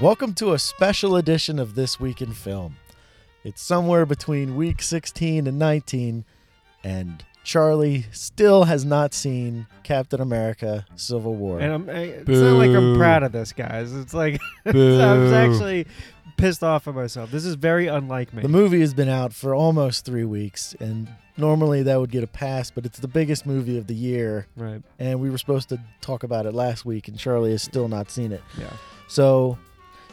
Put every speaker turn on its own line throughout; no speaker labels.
Welcome to a special edition of This Week in Film. It's somewhere between week 16 and 19, and Charlie still has not seen Captain America Civil War.
And I'm, I, it's not like I'm
Boo.
proud of this, guys. It's like so I was
Boo.
actually pissed off at myself. This is very unlike me.
the movie has been out for almost three weeks, and normally that would get a pass, but it's the biggest movie of the year,
right.
and we were supposed to talk about it last week, and Charlie has still not seen it.
Yeah.
So,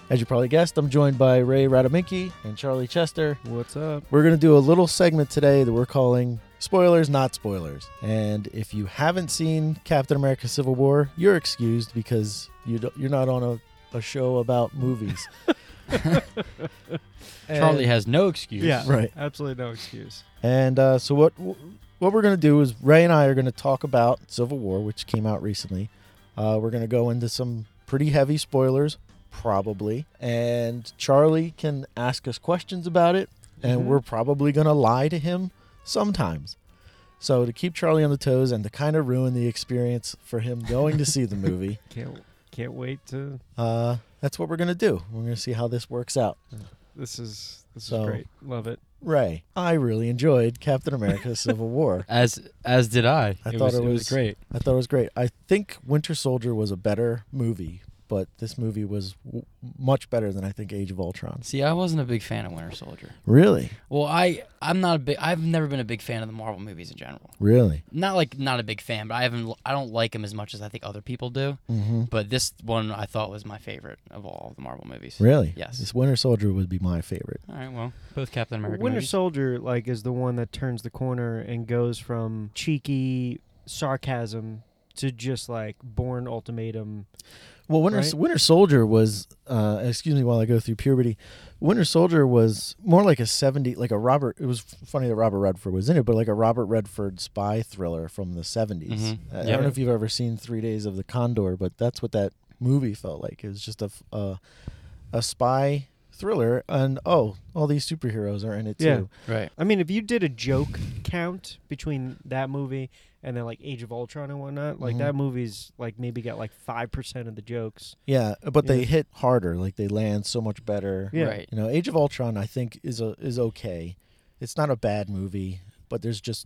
as you probably guessed, I'm joined by Ray Radaminki and Charlie Chester.
What's up?
We're going to do a little segment today that we're calling Spoilers, Not Spoilers. And if you haven't seen Captain America Civil War, you're excused because you don't, you're not on a, a show about movies.
Charlie has no excuse.
Yeah.
Right.
Absolutely no excuse.
And uh, so what what we're going to do is Ray and I are going to talk about Civil War, which came out recently. Uh, we're going to go into some pretty heavy spoilers, probably, and Charlie can ask us questions about it, and
Mhm.
we're probably going to lie to him sometimes. So to keep Charlie on the toes and to kind of ruin the experience for him going to see the movie,
Can't can't wait to.
uh, that's what we're going to do. We're going to see how this works out.
This is this
So-
is great. Love it.
Ray, I really enjoyed Captain America: Civil War.
As as did I.
I thought it was-
great.
I thought it was great. I think Winter Soldier was a better movie, but this movie was w- much better than I think Age of Ultron.
See, I wasn't a big fan of Winter Soldier.
Really,
Well, I I'm not a big. I've never been a big fan of the Marvel movies in general.
really.
Not like not a big fan, but I haven't. I don't like them as much as I think other people do.
Mm-hmm.
But this one I thought was my favorite of all the Marvel movies.
Really?
Yes.
This Winter Soldier would be my favorite.
All right. Well, both Captain America.
Winter
movies.
Soldier like is the one that turns the corner and goes from cheeky sarcasm to just like born ultimatum.
Well, Winter
Right?
Winter Soldier was. Uh, excuse me while I go through puberty. Winter Soldier was more like a seventy, like a Robert. It was funny that Robert Redford was in it, but like a Robert Redford spy thriller from the 70s
Mhm.
Mm-hmm.
I, I
Yeah.
don't know if you've ever seen Three Days of the Condor, but that's what that movie felt like. It was just a f- a, a spy thriller, and oh, all these superheroes are in it
Yeah.
too.
Right.
I mean, if you did a joke count between that movie and then like Age of Ultron and whatnot, like
Mhm.
that movie's like maybe got like five percent of the jokes.
Yeah, but they
Yeah.
hit harder. Like they land so much better.
Yeah.
Right.
You know, Age of Ultron, I think is a, is okay. It's not a bad movie, but there's just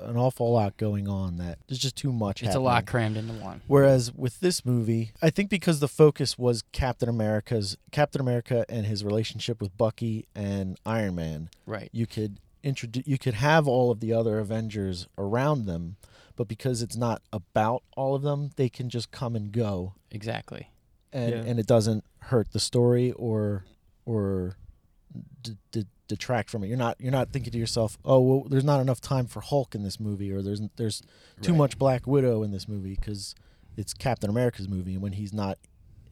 an awful lot going on that there's just too much.
It's a
happening.
lot crammed into one.
Whereas with this movie, I think because the focus was Captain America's Captain America and his relationship with Bucky and Iron Man,
Right.
you could introduce you could have all of the other Avengers around them, but because it's not about all of them, they can just come and go
Exactly.
and
Yeah.
and it doesn't hurt the story or or d- d- detract from it. You're not you're not thinking to yourself, oh, well, there's not enough time for Hulk in this movie, or there's there's too
Right.
much Black Widow in this movie because it's Captain America's movie, and when he's not,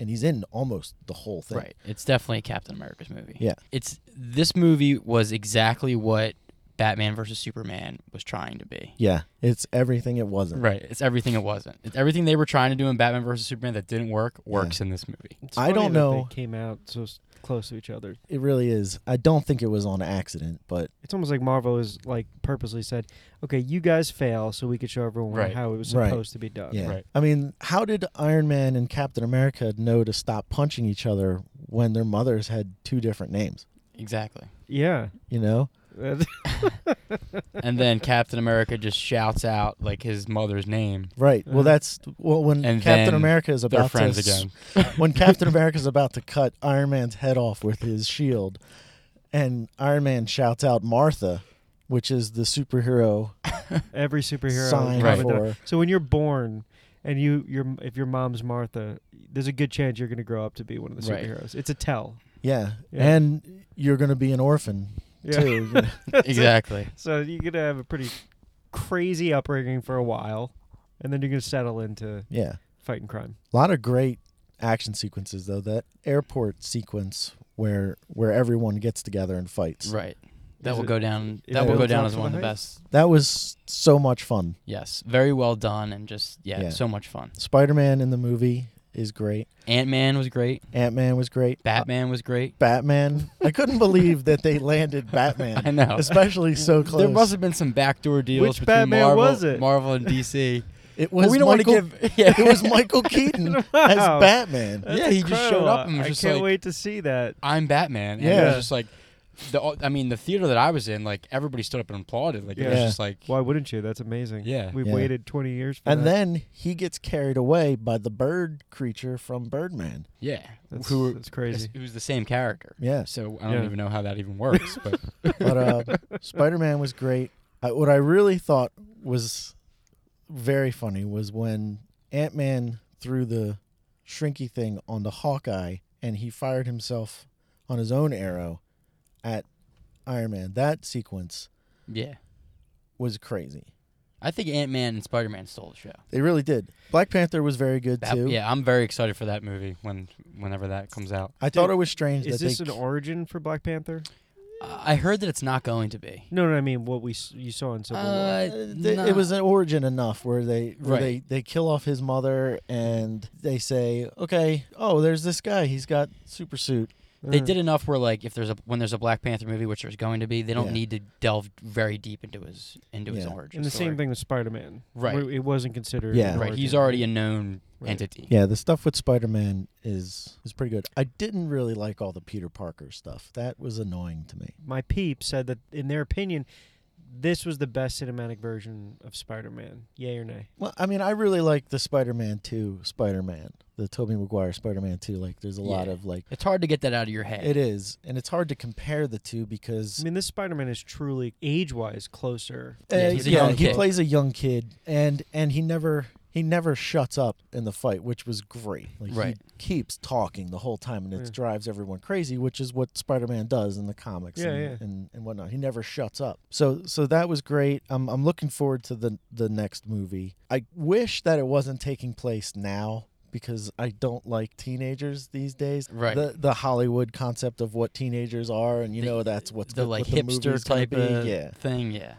and he's in almost the whole thing.
Right. It's definitely a Captain America's movie.
Yeah.
It's this movie was exactly what Batman versus Superman was trying to be.
Yeah, it's everything it wasn't.
Right. It's everything it wasn't. It's everything they were trying to do in Batman versus Superman that didn't work works in this movie.
It's
I
funny
don't
that
know.
They came out so s- close to each other.
It really is. I don't think it was on accident, but
It's almost like Marvel is like purposely said, "Okay, you guys fail, so we could show everyone
Right.
how it was
Right.
supposed to be done."
yeah.
Uh, Right.
I mean, how did Iron Man and Captain America know to stop punching each other when their mothers had two different names?
Exactly.
Yeah.
You know.
That-
And then Captain America just shouts out like his mother's name.
Right. Well,
Uh-huh.
that's well when
And
Captain
then
America is
They're
about to
friends
s-
again.
when Captain America is about to cut Iron Man's head off with his shield, and Iron Man shouts out Martha, which is the superhero
every superhero.
sign
Right.
covered that-
for
So when you're born and you your if your mom's Martha, there's a good chance you're going to grow up to be one of the
Right.
superheroes. It's a tell.
yeah.
Yeah.
and you're gonna be an orphan
Yeah.
too. you know.
exactly.
So you're going to have a pretty crazy upbringing for a while, and then you're going to settle into
yeah,
fighting crime.
a lot of great action sequences though. That airport sequence where where everyone gets together and fights
Right. That
Is
will
it-
go down
is
that
it
will go
on
down
top
as
of
one of
the
the
hype?
best.
that was so much fun.
Yes. Very well done and just yeah,
Yeah.
so much fun.
Spider Man in the movie is great.
Ant Man was great.
Ant Man was great.
Batman was great.
Batman. I couldn't believe that they landed Batman,
I know.
especially so close.
There must have been some backdoor deals
Which
between
Batman
Marvel,
was it?
Marvel and DC.
It was
Well, we don't
Michael.
want to give. Yeah,
it was Michael Keaton as
Wow.
Batman.
Yeah, he just showed
incredible.
up and was
I
just
can't
like-
wait to see that.
I'm Batman. And it
Yeah.
was just like the. I mean, the theater that I was in, like everybody stood up and applauded. Like it was
Yeah.
just like
Why wouldn't you? That's amazing.
Yeah.
We've
Yeah.
waited 20 years for
And
that.
then he gets carried away by the bird creature from Birdman.
yeah,
That's,
who
that's crazy.
it was the same character.
Yes.
So I don't
Yeah.
even know how that even works. But
But uh, Spider Man was great. I, what I really thought was very funny was when Ant Man threw the shrinky thing on the Hawkeye and he fired himself on his own arrow at Iron Man. That sequence
yeah,
was crazy.
I think Ant Man and Spider Man stole the show.
They really did. Black Panther was very good
That-
too.
yeah, I'm very excited for that movie when whenever that comes out.
I thought it was strange
Is
that
this
they
an origin for Black Panther?
I I heard that it's not going to be.
No, no, I mean what we s- you saw in Civil War.
Uh,
Uh, th-
nah.
It was an origin enough where they where
Right.
they they kill off his mother and they say, okay, oh, there's this guy. He's got super suit.
They
Uh,
did enough where like if there's a when there's a Black Panther movie, which there's going to be, they don't
Yeah.
need to delve very deep into his into his
Yeah.
origin.
And the
story.
same thing with Spider Man.
Right.
It wasn't considered.
Yeah.
an
Right, he's
origin.
already a known
Right.
entity.
Yeah, the stuff with Spider Man is is pretty good. I didn't really like all the Peter Parker stuff. That was annoying to me.
My peep said that, in their opinion, this was the best cinematic version of Spider Man. Yay or nay?
Well, I mean, I really like the Spider Man Two Spider Man, the Tobey Maguire Spider Man Two. Like, there's a lot
Yeah.
of like.
It's hard to get that out of your head.
It is, and it's hard to compare the two
I
because
mean, this Spider Man is truly age wise closer.
uh,
Yeah,
yeah,
he's a young
he
kid.
plays a young kid, and and he never he never shuts up in the fight, which was great. Like
Right.
he keeps talking the whole time, and it
Yeah.
drives everyone crazy, which is what Spider-Man does in the comics
Yeah,
and,
yeah.
and and whatnot. He never shuts up. So so that was great. I'm I'm looking forward to the the next movie. I wish that it wasn't taking place now. Because I don't like teenagers these days.
Right.
The the Hollywood concept of what teenagers are, and you
The-
know that's what's
the
good-
like
what the
hipster
movie's gonna
type
be.
of
yeah.
thing. Yeah,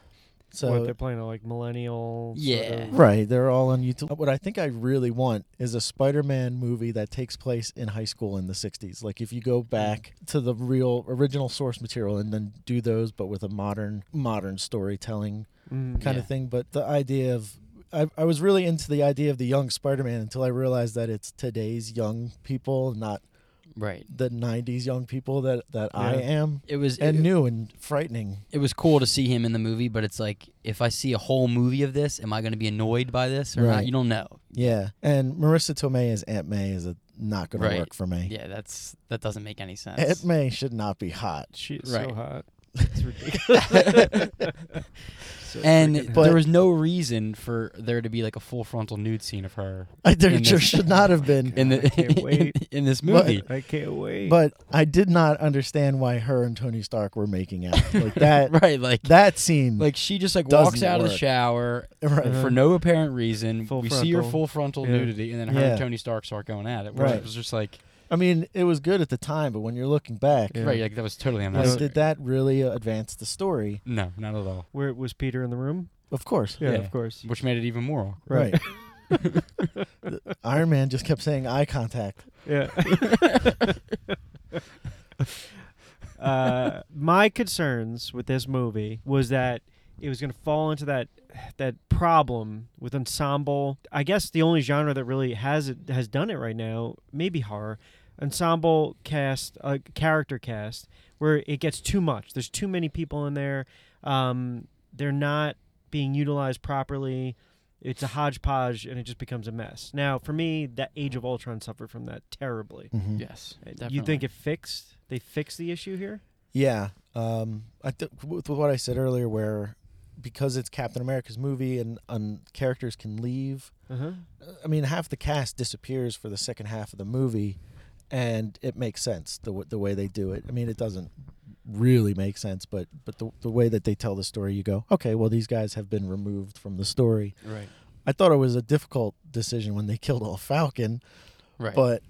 So
what they're playing a like millennial. sort
Yeah.
of-
Right, they're all on YouTube. What I think I really want is a Spider-Man movie that takes place in high school in the '60s. Like if you go back to the real original source material and then do those, but with a modern modern storytelling
Mm.
kind
Yeah.
of thing. But the idea of I, I was really into the idea of the young Spider-Man until I realized that it's today's young people, not
right.
the '90s young people that that I
Yeah.
am,
It was
and
it,
new and frightening.
it was cool to see him in the movie, but it's like if I see a whole movie of this, am I going to be annoyed by this or not?
Right.
You don't know.
Yeah, and Marissa Tomei as Aunt May is a, not going
Right.
to work for me.
Yeah, that's that doesn't make any sense.
Aunt May should not be hot.
She's
Right.
so hot. It's ridiculous. So freaking
and
hot.
there was no reason for there to be like a full frontal nude scene of her
I there
in
just
this-
should not have been.
in the
I can't wait.
in, this
But-
movie.
I can't wait.
But I did not understand why her and Tony Stark were making out like that.
right, like
that scene,
like she just like
Doesn't
walks out of the
work.
shower
right?
Uh-huh.
for no apparent reason.
Full
we see her
frontal.
full frontal
Yeah.
nudity, and then her
Yeah.
and Tony Stark start going at it. Which
Right.
was just like
I mean, it was good at the time, but when you're looking back,
Yeah.
right, like that was totally
like,
unnecessary.
did that really uh, advance the story?
No, not at all.
Where was Peter in the room?
Of course,
Yeah,
Yeah.
of course.
Which made it even more awkward.
right? The- Iron Man just kept saying eye contact.
Yeah. uh, my concerns with this movie was that it was going to fall into that that problem with ensemble. I guess the only genre that really has it has done it right now, maybe horror, ensemble cast, uh, character cast, where it gets too much. There's too many people in there. Um, they're not being utilized properly. It's a hodgepodge, and it just becomes a mess. Now, for me, that Age of Ultron suffered from that terribly.
Mhm.
Yes.
Mm. You think
definitely.
it fixed? They fixed the issue here?
Yeah. Um, I th- with what I said earlier, where because it's Captain America's movie and, and characters can leave,
Uh-huh.
I mean, half the cast disappears for the second half of the movie, and it makes sense the w- the way they do it. I mean, it doesn't really make sense, but but the the way that they tell the story, you go, okay, well, these guys have been removed from the story.
right?
I thought it was a difficult decision when they killed all Falcon,
Right.
but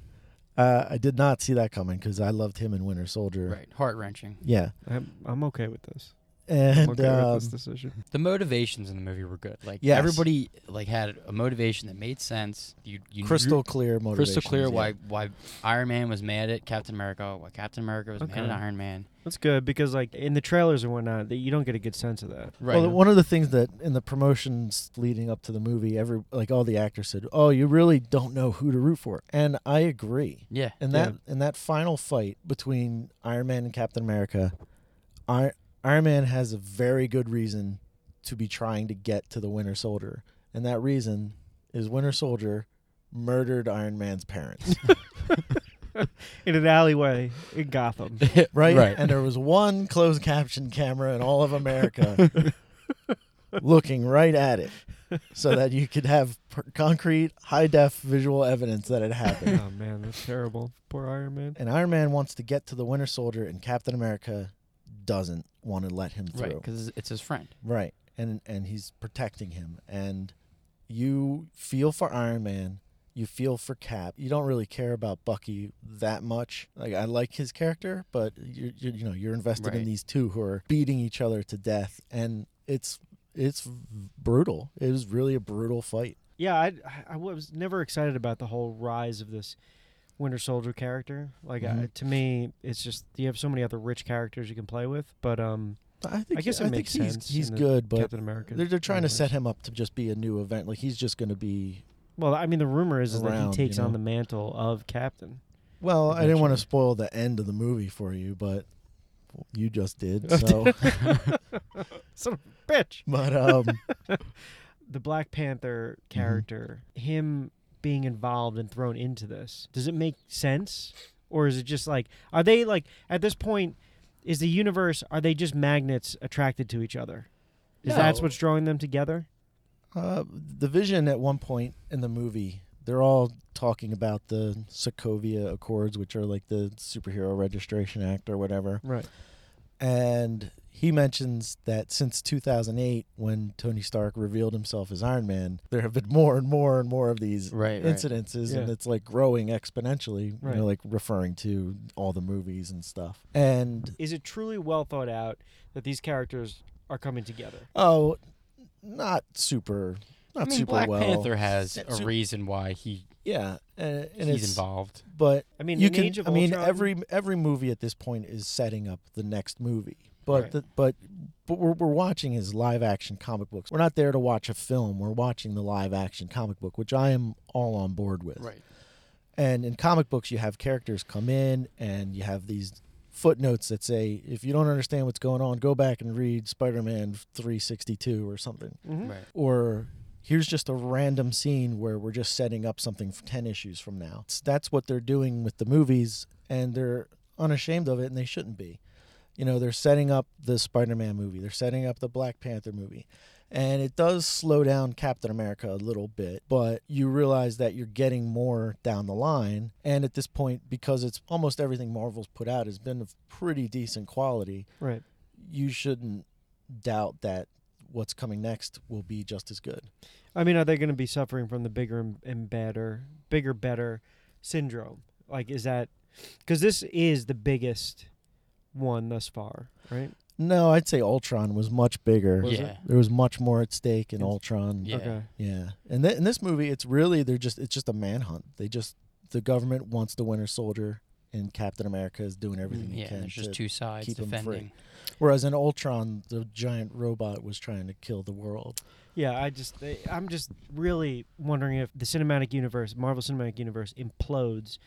uh, I did not see that coming because I loved him in Winter Soldier.
right. Heart wrenching.
Yeah,
I'm, I'm okay with this. I'm
and
okay
um,
with this decision.
The motivations in the movie were good. Like
Yes.
everybody like had a motivation that made sense. You, you knew-
crystal clear motivation.
crystal clear why why Iron Man was mad at Captain America, why Captain America was mad
Okay.
at Iron Man.
That's good because, like, in the trailers and whatnot, that you don't get a good sense of that.
Right.
Well, one of the things that in the promotions leading up to the movie, every like all the actors said, "Oh, you really don't know who to root for," and I agree.
yeah.
And
Yeah.
that and that final fight between Iron Man and Captain America, I, Iron Man has a very good reason to be trying to get to the Winter Soldier, and that reason is Winter Soldier murdered Iron Man's parents,
In an alleyway in Gotham.
right?
Right.
And there was one closed caption camera in all of America looking right at it, so that you could have per- concrete, high def visual evidence that it happened.
oh man, that's terrible. Poor Iron Man.
and Iron Man wants to get to the Winter Soldier, and Captain America doesn't want to let him
Right,
through.
because it's his friend.
Right. And and he's protecting him and you feel for Iron Man, you feel for Cap. You don't really care about Bucky that much. Like I like his character, but you you you know, you're invested in
Right.
these two who are beating each other to death and it's it's brutal. It was really a brutal fight.
Yeah, I, I was never excited about the whole rise of this Winter Soldier character. Like, I,
Mhm.
to me, it's just you have so many other rich characters you can play with. But um,
I think
guess it
think
makes
he's,
sense
he's
in the
good, but
Captain America.
they're, they're trying to
universe.
set him up to just be a new event. Like he's just going to be
Well, I mean, the rumor is, is that he
around,
takes
you
on
know?
the mantle of Captain.
Well, I didn't want to
Eventually.
spoil the end of the movie for you, but you just did. So,
Son of a bitch.
but um,
The Black Panther character, him being involved and thrown into this, does it make sense? Or is it just like, are they like, at this point, is the universe, are they just magnets attracted to each other? Is that
No.
what's drawing them together?
uh, the vision at one point in the movie, they're all talking about the Sokovia Accords, which are like the Superhero Registration Act or whatever.
Right.
And he mentions that since 2008, when Tony Stark revealed himself as Iron Man, there have been more and more and more of these
Right. right.
incidences and
Yeah.
it's like growing exponentially
Right.
you know like referring to all the movies and stuff and
Is it truly well thought out that these characters are coming together?
Oh, not super, not
I mean,
super
Black
well.
Panther has
It's
a
su-
reason why he
Yeah, and, and
he's
it's
involved.
but
I mean,
you
in
can.
Age of
I mean,
Ultron-
every every movie at this point is setting up the next movie. But
Right.
the, but but we're we're watching is live action comic books. We're not there to watch a film. We're watching the live action comic book, which I am all on board with.
Right.
And in comic books, you have characters come in and you have these footnotes that say, if you don't understand what's going on, go back and read Spider Man 362 or something
Mhm.
Right.
or here's just a random scene where we're just setting up something for 10 issues from now. It's- That's what they're doing with the movies, and they're unashamed of it, and they shouldn't be. You know, they're setting up the Spider Man movie, they're setting up the Black Panther movie. And it does slow down Captain America a little bit, but you realize that you're getting more down the line. And at this point, because it's almost everything Marvel's put out has been of pretty decent quality,
Right.
you shouldn't doubt that what's coming next will be just as good.
I mean, are they going to be suffering from the bigger and, and better, bigger, better syndrome? Like, is that because this is the biggest one thus far, right?
No, I'd say Ultron was much bigger.
Was it?
yeah.
There was much more at stake in
It's-
Ultron.
Yeah.
Okay.
Yeah. And th- in this movie, it's really they're just it's just a manhunt. They just the government wants the Winter Soldier, and Captain America is doing everything he
Mm, Yeah.
can.
There's just
to-
two sides
keep 'em free.
defending.
Whereas in Ultron, the giant robot was trying to kill the world.
Yeah, I just, they- I'm just really wondering if the cinematic universe, Marvel Cinematic Universe, implodes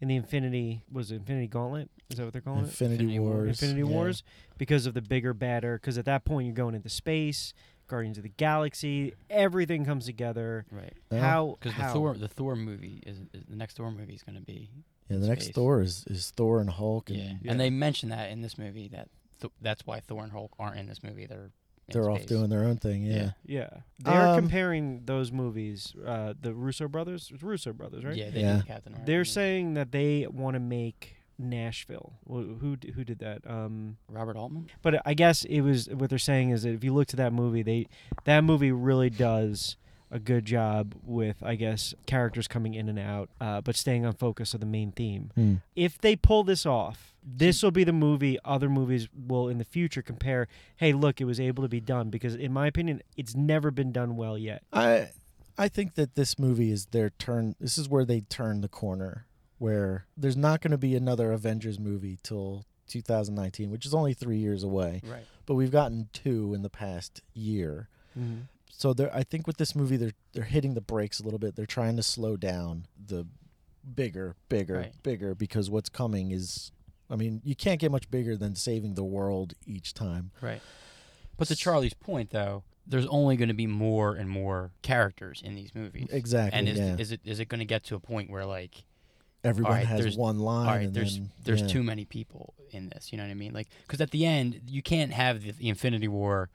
in the Infinity was it Infinity Gauntlet? Is that what they're calling it?
Infinity,
Infinity War.
Wars.
Infinity
yeah.
Wars because of the bigger, badder. Because at that point, you're going into space, Guardians of the Galaxy, everything comes together.
Right.
Yeah.
How?
Because the
how?
Thor the Thor movie is, is the next Thor movie is going to be.
Yeah, the next
Space.
Thor is, is Thor and Hulk, and
Yeah.
Yeah.
And they mention that in this movie that th- that's why Thor and Hulk aren't in this movie. They're in
they're off
space.
doing their own thing.
Yeah.
Yeah, they're
Um,
comparing those movies, uh, the Russo brothers, it's Russo brothers, right?
Yeah. They
Yeah.
did the Captain America
They're
movie.
saying that they want to make Nashville. Wh- Who d- who did that? Um,
Robert Altman.
but I guess it was what they're saying is that if you look to that movie, they that movie really does a good job with, I guess, characters coming in and out, uh, but staying on focus of the main theme.
Hmm.
If they pull this off, this will be the movie other movies will in the future compare. Hey, look, it was able to be done because, in my opinion, it's never been done well yet.
I I think that this movie is their turn. This is where they turn the corner where there's not going to be another Avengers movie till 2019, which is only 3 years away,
Right.
but we've gotten two in the past year. So they I think with this movie they're they're hitting the brakes a little bit. They're trying to slow down the bigger, bigger,
Right.
bigger because what's coming is I mean, you can't get much bigger than saving the world each time.
Right. But to Charlie's point, though, there's only going to be more and more characters in these movies.
Exactly.
And is,
yeah.
is it is it going to get to a point where like
Everyone
alright,
has
there's-
one line
all right,
and
there's
then,
there's
yeah.
too many people in this. You know what I mean? Like, because at the end, you can't have the, the Infinity War,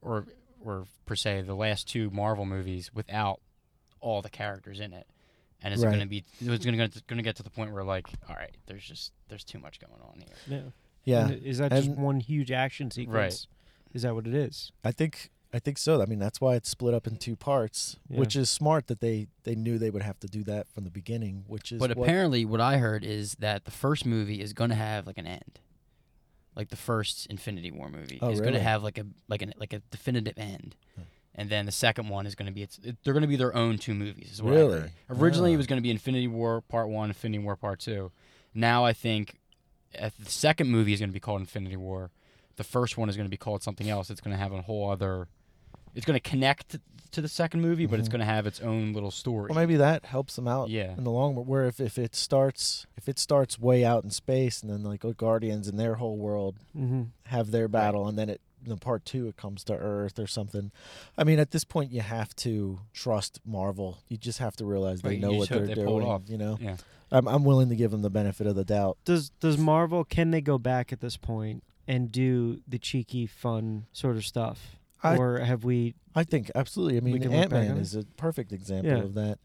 or or per se the last two Marvel movies without all the characters in it. And it's
Right.
going to be it's going to going to get to the point where like, all right, there's just there's too much going on here.
Yeah.
Yeah.
And Is that just
And-
one huge action sequence? Is that what it is?
I think I think so. I mean, that's why it's split up in two parts,
Yeah.
which is smart that they they knew they would have to do that from the beginning, which is
But
what-
apparently, what I heard is that the first movie is going to have like an end, like the first Infinity War movie
Oh,
is going to
really?
have like a like an like a definitive end,
Hmm.
and then the second one is going to be it's it, they're going to be their own two movies. Is what I
Really?
heard. Originally,
Ah.
it was going to be Infinity War Part One, Infinity War Part Two. Now I think uh, the second movie is going to be called Infinity War. The first one is going to be called something else. It's going to have a whole other. It's going to connect to the second movie, but it's
Mhm.
going to have its own little story.
well, maybe that helps them out
yeah.
in the long run. Where if, if it starts if it starts way out in space, and then like the Guardians and their whole world
Mm-hmm.
have their battle, and then it in part two it comes to Earth or something. I mean, at this point, you have to trust Marvel. You just have to realize they
Right, you
know
just
what
hope
they're
they pull it
doing.
off.
You know,
Yeah.
I'm I'm willing to give them the benefit of the doubt.
Does does Marvel can they go back at this point and do the cheeky, fun sort of stuff,
I-
or have we?
I think absolutely. I mean,
can look back
Ant Man
on it.
is a perfect example
Yeah.
of that.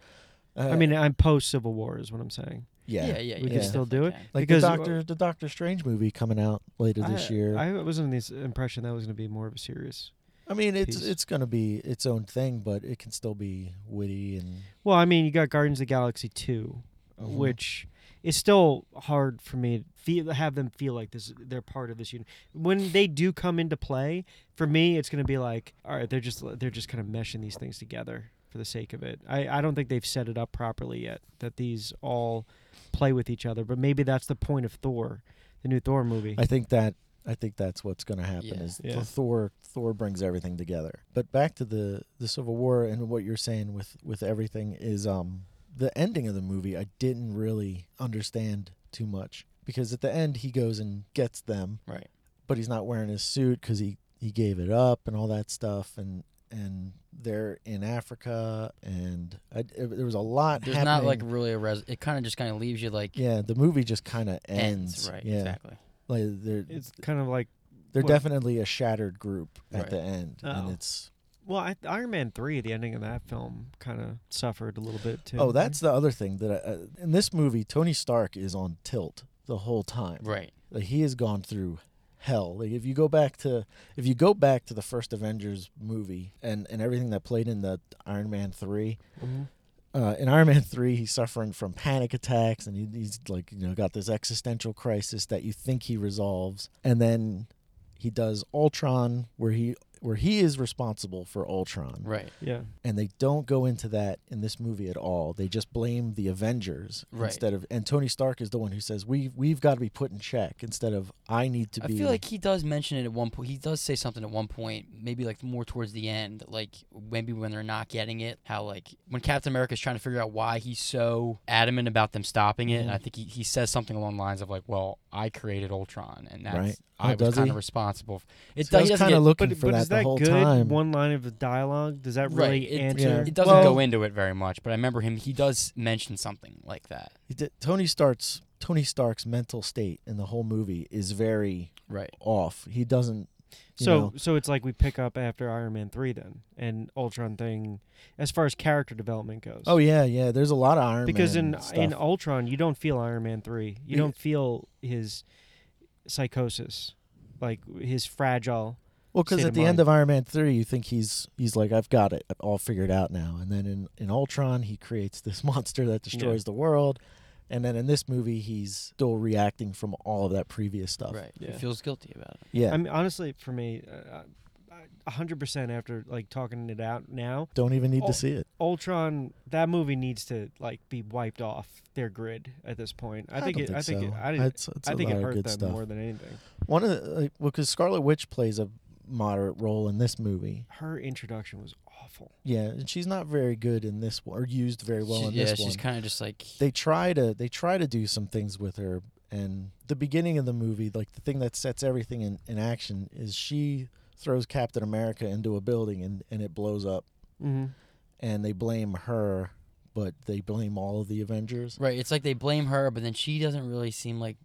I
Uh,
mean, I'm post Civil War is what I'm saying.
Yeah.
yeah.
We
can
yeah.
still do it.
Yeah.
Like
Because-
the Doctor the Doctor Strange movie coming out later this
I,
year. I,
I was under the impression that was going to be more of a serious.
mean it's
Peace.
it's gonna be its own thing, but it can still be witty and
Well, I mean, you got Guardians of the Galaxy two, uh,
Mhm.
which is still hard for me to feel, have them feel like this. They're part of this unit. When they do come into play, for me, it's going to be like, all right, they're just they're just kind of meshing these things together for the sake of it. I, I don't think they've set it up properly yet that these all play with each other. But maybe that's the point of Thor, the new Thor movie.
I think that I think that's what's gonna happen
Yeah.
is
Yeah.
the Thor Thor brings everything together. But back to the the Civil War and what you're saying with with everything is um the ending of the movie I didn't really understand too much because at the end he goes and gets them
Right.
but he's not wearing his suit because he he gave it up and all that stuff and and they're in Africa and I, it- there was a lot.
There's
happening.
not like really a res. It kind of just kind of leaves you like
yeah, the movie just kind of
ends,
ends.
right?
Yeah,
Exactly.
like they're
it's kind of like
they're
well-
definitely a shattered group at
Right.
the end,
Oh.
and it's
well, I, Iron Man three, the ending of that film kind of suffered a little bit too.
oh that's the other thing that I, uh, in this movie Tony Stark is on tilt the whole time.
Right.
Like he has gone through hell. Like if you go back to if you go back to the first Avengers movie and and everything that played in the Iron Man three,
Mhm.
uh, in Iron Man three, he's suffering from panic attacks, and he, he's like, you know, got this existential crisis that you think he resolves, and then he does Ultron, where he where he is responsible for Ultron,
Right.
yeah.
and they don't go into that in this movie at all. They just blame the Avengers
Right.
instead of, and Tony Stark is the one who says we we've got to be put in check instead of I need to
I
be.
feel like he does mention it at one point. He does say something at one point, maybe like more towards the end, like maybe when they're not getting it, how like when Captain America's trying to figure out why he's so adamant about them stopping it. And
Mhm.
I think he, he says something along the lines of like, "Well, I created Ultron, and that's
Right. Oh,
I was
does
kind
he?
of responsible." For, it
So I
does.
was
doesn't
kind of
get-
looking
but,
for
but
that
is
the
that
whole
good
time.
one line of dialogue does that
Right.
really
It,
answer
yeah.
it doesn't
Well-
go into it very much, but I remember him. He does mention something like that.
He did- Tony Stark's Tony Stark's mental state in the whole movie is very
Right.
off. He doesn't. you
so
know.
so it's like we pick up after iron man 3 then and ultron thing as far as character development goes
Oh yeah, yeah. There's a lot of Iron
because
Man
in in
stuff.
ultron you don't feel iron man 3
Yeah.
you don't feel his psychosis like his fragile
Well, because
state
at
of
the end
mind.
of Iron Man three, you think he's he's like, I've got it all figured out now. And then in, in Ultron, he creates this monster that destroys the world. And then in this movie, he's still reacting from all of that previous stuff.
Right.
Yeah.
He feels guilty about it.
Yeah.
I mean, honestly, for me, uh, I- a hundred percent after like talking it out now,
Don't even need
Oh.
to see it.
Ultron, that movie needs to like be wiped off their grid at this point. I, think,
don't
it, I think it,
so.
I, didn't,
It's- it's
I
a
think it
lot of
hurt
good
them
stuff.
more than anything.
One of the like, well, because Scarlet Witch plays a moderate role in this movie.
Her introduction was awful.
Yeah, and she's not very good in this one, or used very well
She-
in
yeah,
this one.
she's kind of just like
they try to they try to do some things with her and the beginning of the movie like the thing that sets everything in, in action is she throws captain america into a building and, and it blows up
Mm-hmm.
and they blame her but they blame all of the avengers
right. It's like they blame her, but then she doesn't really seem like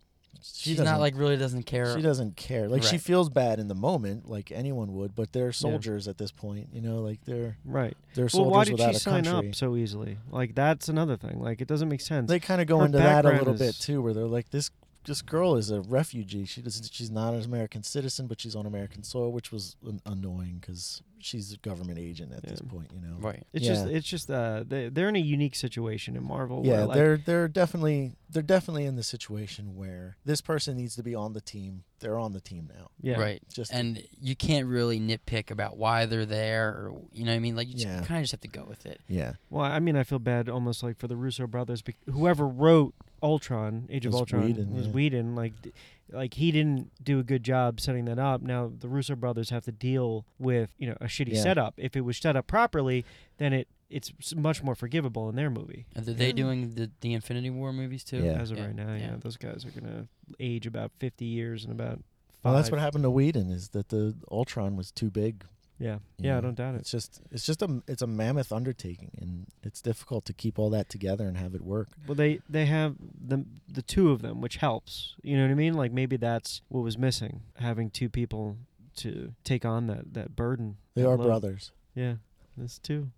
she
she's
doesn't-
not like really doesn't care.
she doesn't care like she
Right.
feels bad in the moment like anyone would but they're soldiers at this point you know like they're
Right.
they're
Well,
soldiers
why did
without
she
a
sign
country
up so easily? Like that's another thing. Like it doesn't make sense.
they kind of go
Her
into that a
background
little bit
is-
too, where they're like, this this girl is a refugee. She doesn't. She's not an American citizen, but she's on American soil, which was an- annoying because she's a government agent at this
Yeah.
point. You know.
right.
it's just
yeah.
it's just uh they, they're in a unique situation in Marvel.
Yeah,
where, like,
they're they're definitely they're definitely in the situation where this person needs to be on the team. They're on the team now.
yeah.
Right.
Just
And you can't really nitpick about why they're there, or you know what I mean. Like you
Yeah.
kind of just have to go with it.
yeah,
Well, I mean, I feel bad almost like for the Russo brothers. Bec- whoever wrote Ultron, Age of
Was
Ultron,
Whedon,
was
yeah.
Whedon. Like, d- like he didn't do a good job setting that up. Now the Russo brothers have to deal with you know a shitty
Yeah.
setup. If it was set up properly, then it it's s- much more forgivable in their movie.
Are they doing the the Infinity War movies too?
Yeah.
As of
Yeah,
right now, yeah.
yeah.
those guys are gonna age about fifty years in about. Five.
well, that's what happened to Whedon is that the Ultron was too big.
Yeah,
you
yeah, I
know?
don't doubt it.
It's just it's just a it's a mammoth undertaking, and it's difficult to keep all that together and have it work.
Well, they they have the the two of them, which helps. You know what I mean? Like maybe that's what was missing, having two people to take on that that burden.
They
that
are
load.
brothers.
Yeah, that's two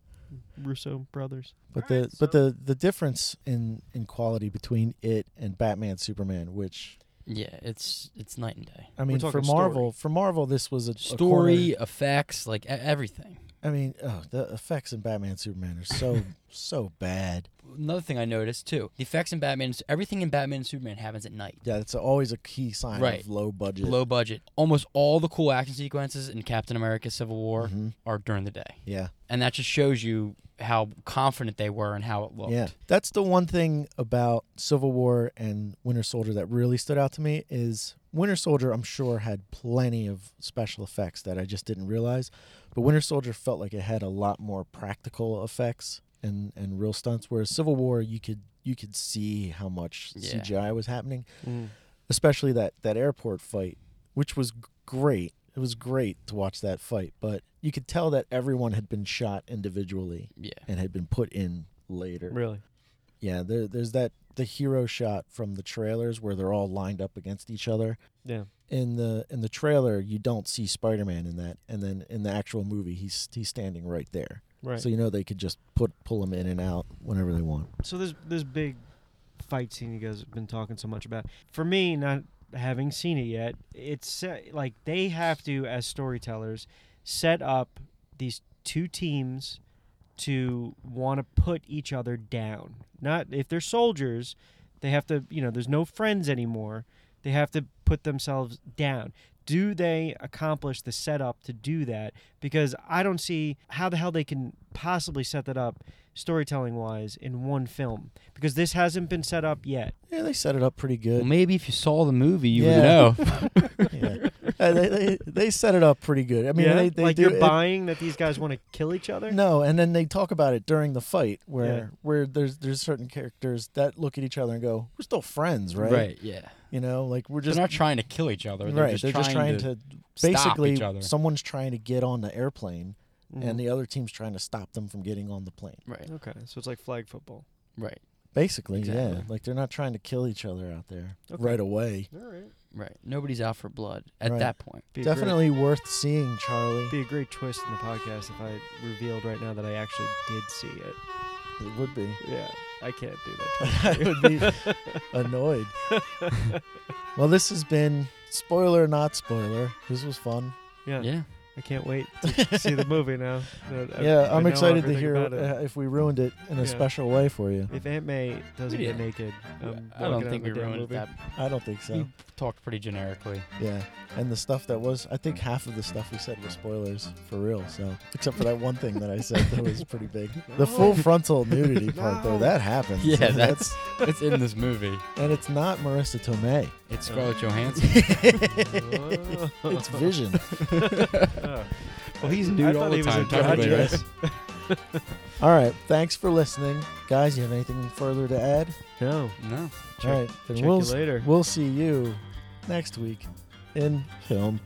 Russo brothers.
But the but the the difference in in quality between it and Batman Superman, which
Yeah, it's it's night and day.
I mean for
talking
Marvel for Marvel this was a a
Story,
corner-
effects, like e- everything.
I mean, oh, the effects in Batman Superman are so so bad.
Another thing I noticed too: the effects in Batman, everything in Batman and Superman happens at night.
Yeah, it's always a key sign
Right.
of low budget.
Low budget. Almost all the cool action sequences in Captain America: Civil War
Mhm.
are during the day,
Yeah,
and that just shows you how confident they were and how it looked.
yeah. That's the one thing about Civil War and Winter Soldier that really stood out to me is Winter Soldier. I'm sure had plenty of special effects that I just didn't realize, but Winter Soldier felt like it had a lot more practical effects and and real stunts. Whereas Civil War, you could you could see how much
Yeah.
CGI was happening, especially that that airport fight, which was g- great. It was great to watch that fight, but you could tell that everyone had been shot individually
Yeah.
and had been put in later.
Really?
Yeah, there, there's that the hero shot from the trailers where they're all lined up against each other.
Yeah.
In the in the trailer, you don't see Spider-Man in that, and then in the actual movie, he's he's standing right there.
Right.
So
So,
you know they could just put pull him in and out whenever they want.
this this big fight scene you guys have been talking so much about. For me, not having seen it yet, it's uh, like they have to as storytellers set up these two teams to want to put each other down. Not if they're soldiers, they have to, you know, there's no friends anymore. They have to put themselves down. Do they accomplish the setup to do that? Because I don't see how the hell they can possibly set that up storytelling wise in one film because this hasn't been set up yet.
Yeah, they set it up pretty
Well,
good.
maybe if you saw the movie, you
Yeah.
would know.
yeah. Uh, they, they they set it up pretty good. I mean,
yeah?
they, they
like
do
you're
it-
buying that these guys want to kill each other?
No, and then they talk about it during the fight where
Yeah.
where there's there's certain characters that look at each other and go, "We're still friends, right?"
Yeah.
You know, like we're
They're
just
not trying to kill each other. They're
right.
just
they're
trying
just trying
to,
to,
stop
basically
each other. Mm-hmm.
someone's trying to get on the airplane
Mhm.
and the other team's trying to stop them from getting on the plane.
Right.
Okay, so it's like flag football.
Right.
Basically, yeah.
Exactly.
Like they're not trying to kill each other out there
Okay.
right away.
All right.
Right. Nobody's out for blood at
Right.
that point.
Be a great-
Definitely worth seeing, Charlie.
be a great twist in the podcast if I revealed right now that I actually did see it.
It would be.
Yeah, I can't do
I would be annoyed. well, this has been spoiler, not spoiler. This was fun.
Yeah.
Yeah.
I can't wait to see the movie now. that I-
yeah,
I
I'm
know
excited to
everything
hear
about it.
uh, if we ruined it in a
Yeah.
special way for you.
If Aunt May doesn't
We
get
didn't.
naked, I'm
I don't
walking out
think
of
we
the damn
ruined
movie.
that.
I don't think
We
so.
talked pretty generically.
Yeah, and the stuff that was, I think half of the stuff we said was spoilers for real. So except for that one thing that I said that was pretty big. The full frontal nudity part though,
No.
that happens.
Yeah, that's- it's in this movie.
and it's not Marissa Tomei.
It's Scarlett Johansson.
It's Vision.
Oh. Well, he's
nude all the time.
Talk about it. All right, thanks for listening, guys. You have anything further to add?
No.
No.
All right, then
Check
we'll
you later.
we'll see you next week in film.